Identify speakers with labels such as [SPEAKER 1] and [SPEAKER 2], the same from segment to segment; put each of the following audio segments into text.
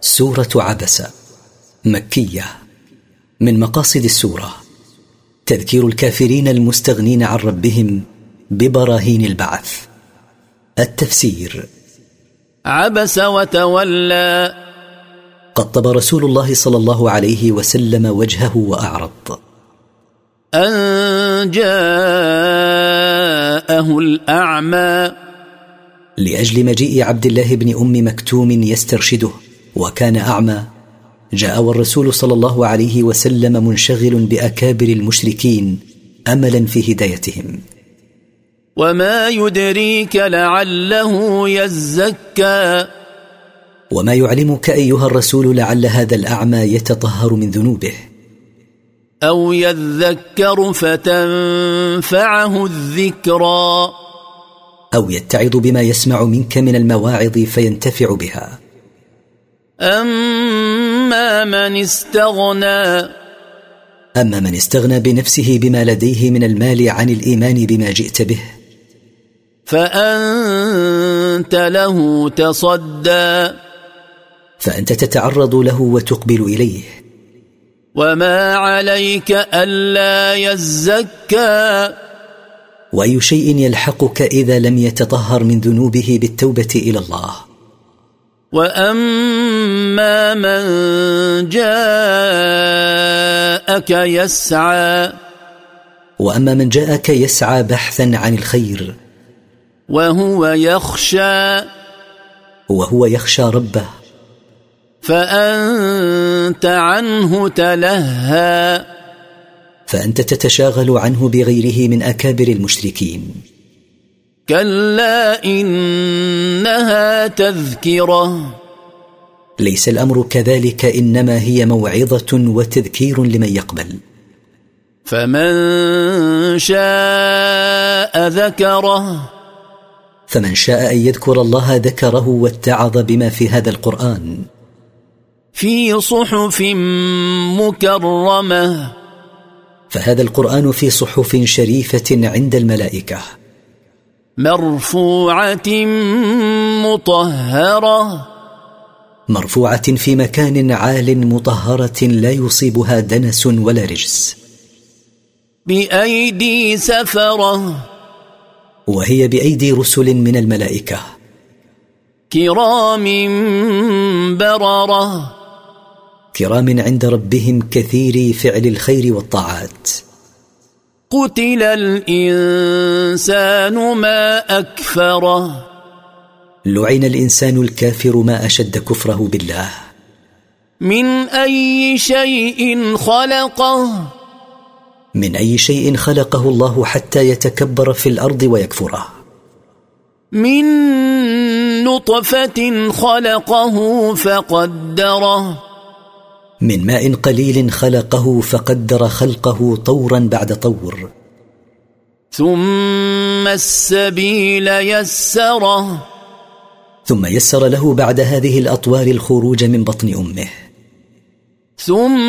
[SPEAKER 1] سوره عبس مكيه من مقاصد السوره تذكير الكافرين المستغنين عن ربهم ببراهين البعث التفسير
[SPEAKER 2] عبس وتولى
[SPEAKER 1] قطب رسول الله صلى الله عليه وسلم وجهه واعرض
[SPEAKER 2] أن جاءه الأعمى
[SPEAKER 1] لاجل مجيء عبد الله بن ام مكتوم يسترشده وكان اعمى جاء والرسول صلى الله عليه وسلم منشغل باكابر المشركين املا في هدايتهم
[SPEAKER 2] وما يدريك لعله يزكى
[SPEAKER 1] وما يعلمك ايها الرسول لعل هذا الاعمى يتطهر من ذنوبه
[SPEAKER 2] أو يذكر فتنفعه الذكرى
[SPEAKER 1] او يتعظ بما يسمع منك من المواعظ فينتفع بها
[SPEAKER 2] أما من استغنى
[SPEAKER 1] اما من استغنى بنفسه بما لديه من المال عن الايمان بما جئت به
[SPEAKER 2] فأنت له تصدى
[SPEAKER 1] فانت تتعرض له وتقبل اليه
[SPEAKER 2] وما عليك ألا يزكى
[SPEAKER 1] واي شيء يلحقك اذا لم يتطهر من ذنوبه بالتوبه الى الله
[SPEAKER 2] وأما من جاءك يسعى
[SPEAKER 1] واما من جاءك يسعى بحثا عن الخير
[SPEAKER 2] وهو يخشى
[SPEAKER 1] وهو يخشى ربه
[SPEAKER 2] فأنت عنه تلهى
[SPEAKER 1] فانت تتشاغل عنه بغيره من اكابر المشركين
[SPEAKER 2] كلا إنها تذكرة
[SPEAKER 1] ليس الامر كذلك انما هي موعظه وتذكير لمن يقبل
[SPEAKER 2] فمن شاء ذكره
[SPEAKER 1] فمن شاء ان يذكر الله ذكره واتعظ بما في هذا القران
[SPEAKER 2] في صحف مكرمه
[SPEAKER 1] فهذا القران في صحف شريفه عند الملائكه
[SPEAKER 2] مرفوعه مطهره
[SPEAKER 1] مرفوعه في مكان عال مطهره لا يصيبها دنس ولا رجس
[SPEAKER 2] بايدي سفره
[SPEAKER 1] وهي بايدي رسل من الملائكه
[SPEAKER 2] كرام برره
[SPEAKER 1] كرام عند ربهم كثير فعل الخير والطاعات
[SPEAKER 2] قتل الانسان ما اكفره
[SPEAKER 1] لعن الانسان الكافر ما اشد كفره بالله
[SPEAKER 2] من اي شيء خلقه
[SPEAKER 1] من اي شيء خلقه الله حتى يتكبر في الارض ويكفره
[SPEAKER 2] من نطفه خلقه فقدره
[SPEAKER 1] من ماء قليل خلقه فقدر خلقه طورا بعد طور
[SPEAKER 2] ثم السبيل يسره
[SPEAKER 1] ثم يسر له بعد هذه الاطوار الخروج من بطن امه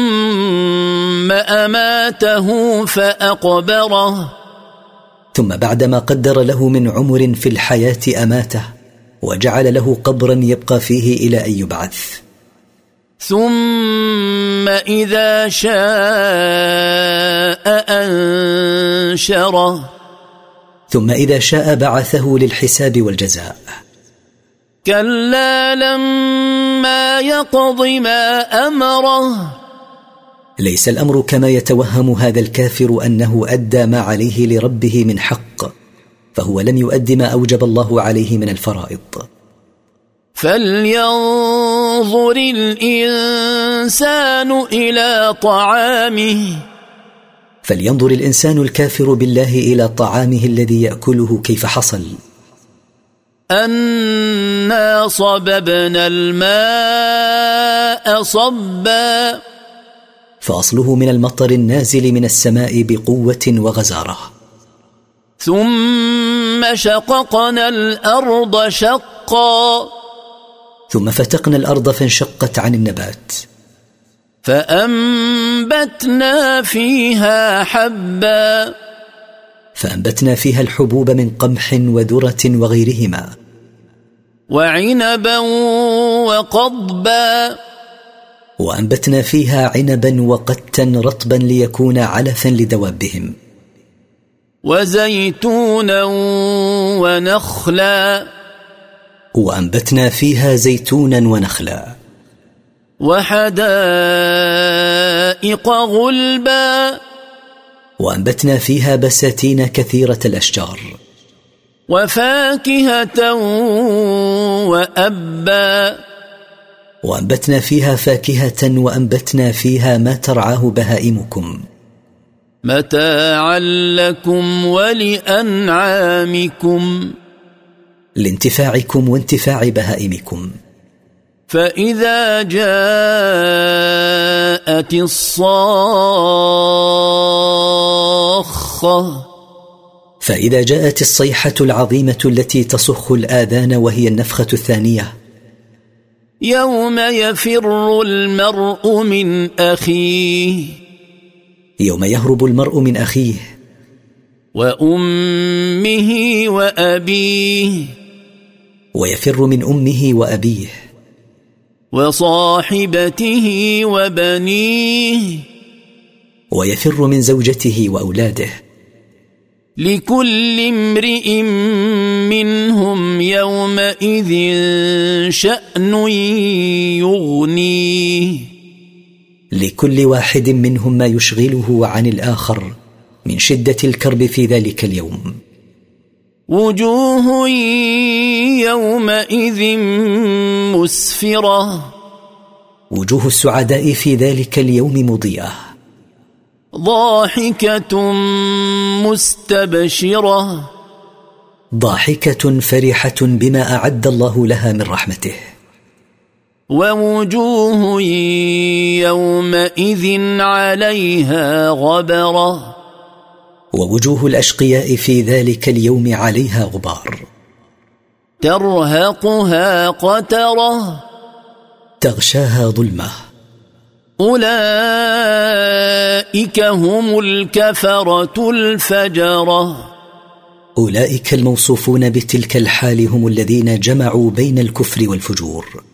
[SPEAKER 2] ثم اماته فاقبره
[SPEAKER 1] ثم بعدما قدر له من عمر في الحياه اماته وجعل له قبرا يبقى فيه الى ان يبعث
[SPEAKER 2] ثم اذا شاء انشره
[SPEAKER 1] ثم اذا شاء بعثه للحساب والجزاء
[SPEAKER 2] كلا لما يقض ما امره
[SPEAKER 1] ليس الامر كما يتوهم هذا الكافر انه ادى ما عليه لربه من حق فهو لم يؤد ما اوجب الله عليه من الفرائض
[SPEAKER 2] فلينظر الانسان الى طعامه
[SPEAKER 1] فلينظر الانسان الكافر بالله الى طعامه الذي ياكله كيف حصل
[SPEAKER 2] انا صببنا الماء صبا
[SPEAKER 1] فاصله من المطر النازل من السماء بقوه وغزاره
[SPEAKER 2] ثم شققنا الارض شقا
[SPEAKER 1] ثم فتقنا الارض فانشقت عن النبات
[SPEAKER 2] فانبتنا فيها حبا
[SPEAKER 1] فانبتنا فيها الحبوب من قمح وذره وغيرهما
[SPEAKER 2] وعنبا وقضبا
[SPEAKER 1] وانبتنا فيها عنبا وقتا رطبا ليكون علفا لدوابهم
[SPEAKER 2] وزيتونا ونخلا
[SPEAKER 1] وانبتنا فيها زيتونا ونخلا
[SPEAKER 2] وحدائق غلبا
[SPEAKER 1] وانبتنا فيها بساتين كثيره الاشجار
[SPEAKER 2] وفاكهة وأبا
[SPEAKER 1] وانبتنا فيها فاكهه وانبتنا فيها ما ترعاه بهائمكم
[SPEAKER 2] متاعا لكم ولأنعامكم
[SPEAKER 1] لانتفاعكم وانتفاع بهائمكم
[SPEAKER 2] فإذا جاءت الصاخة
[SPEAKER 1] فاذا جاءت الصيحه العظيمه التي تصخ الاذان وهي النفخه الثانيه
[SPEAKER 2] يوم يفر المرء من أخيه
[SPEAKER 1] يوم يهرب المرء من اخيه
[SPEAKER 2] وأمه وأبيه
[SPEAKER 1] ويفر من امه وابيه
[SPEAKER 2] وصاحبته وبنيه
[SPEAKER 1] ويفر من زوجته واولاده
[SPEAKER 2] لكل امرئ منهم يومئذ شأن يغنيه
[SPEAKER 1] لكل واحد منهم ما يشغله عن الاخر من شده الكرب في ذلك اليوم
[SPEAKER 2] وجوه يومئذ مسفرة
[SPEAKER 1] وجوه السعداء في ذلك اليوم مضيئه
[SPEAKER 2] ضاحكة مستبشرة
[SPEAKER 1] ضاحكه فرحه بما اعد الله لها من رحمته
[SPEAKER 2] ووجوه يومئذ عليها غبره
[SPEAKER 1] ووجوه الاشقياء في ذلك اليوم عليها غبار
[SPEAKER 2] ترهقها قتره
[SPEAKER 1] تغشاها ظلمه
[SPEAKER 2] اولئك هم الكفره الفجره
[SPEAKER 1] اولئك الموصوفون بتلك الحال هم الذين جمعوا بين الكفر والفجور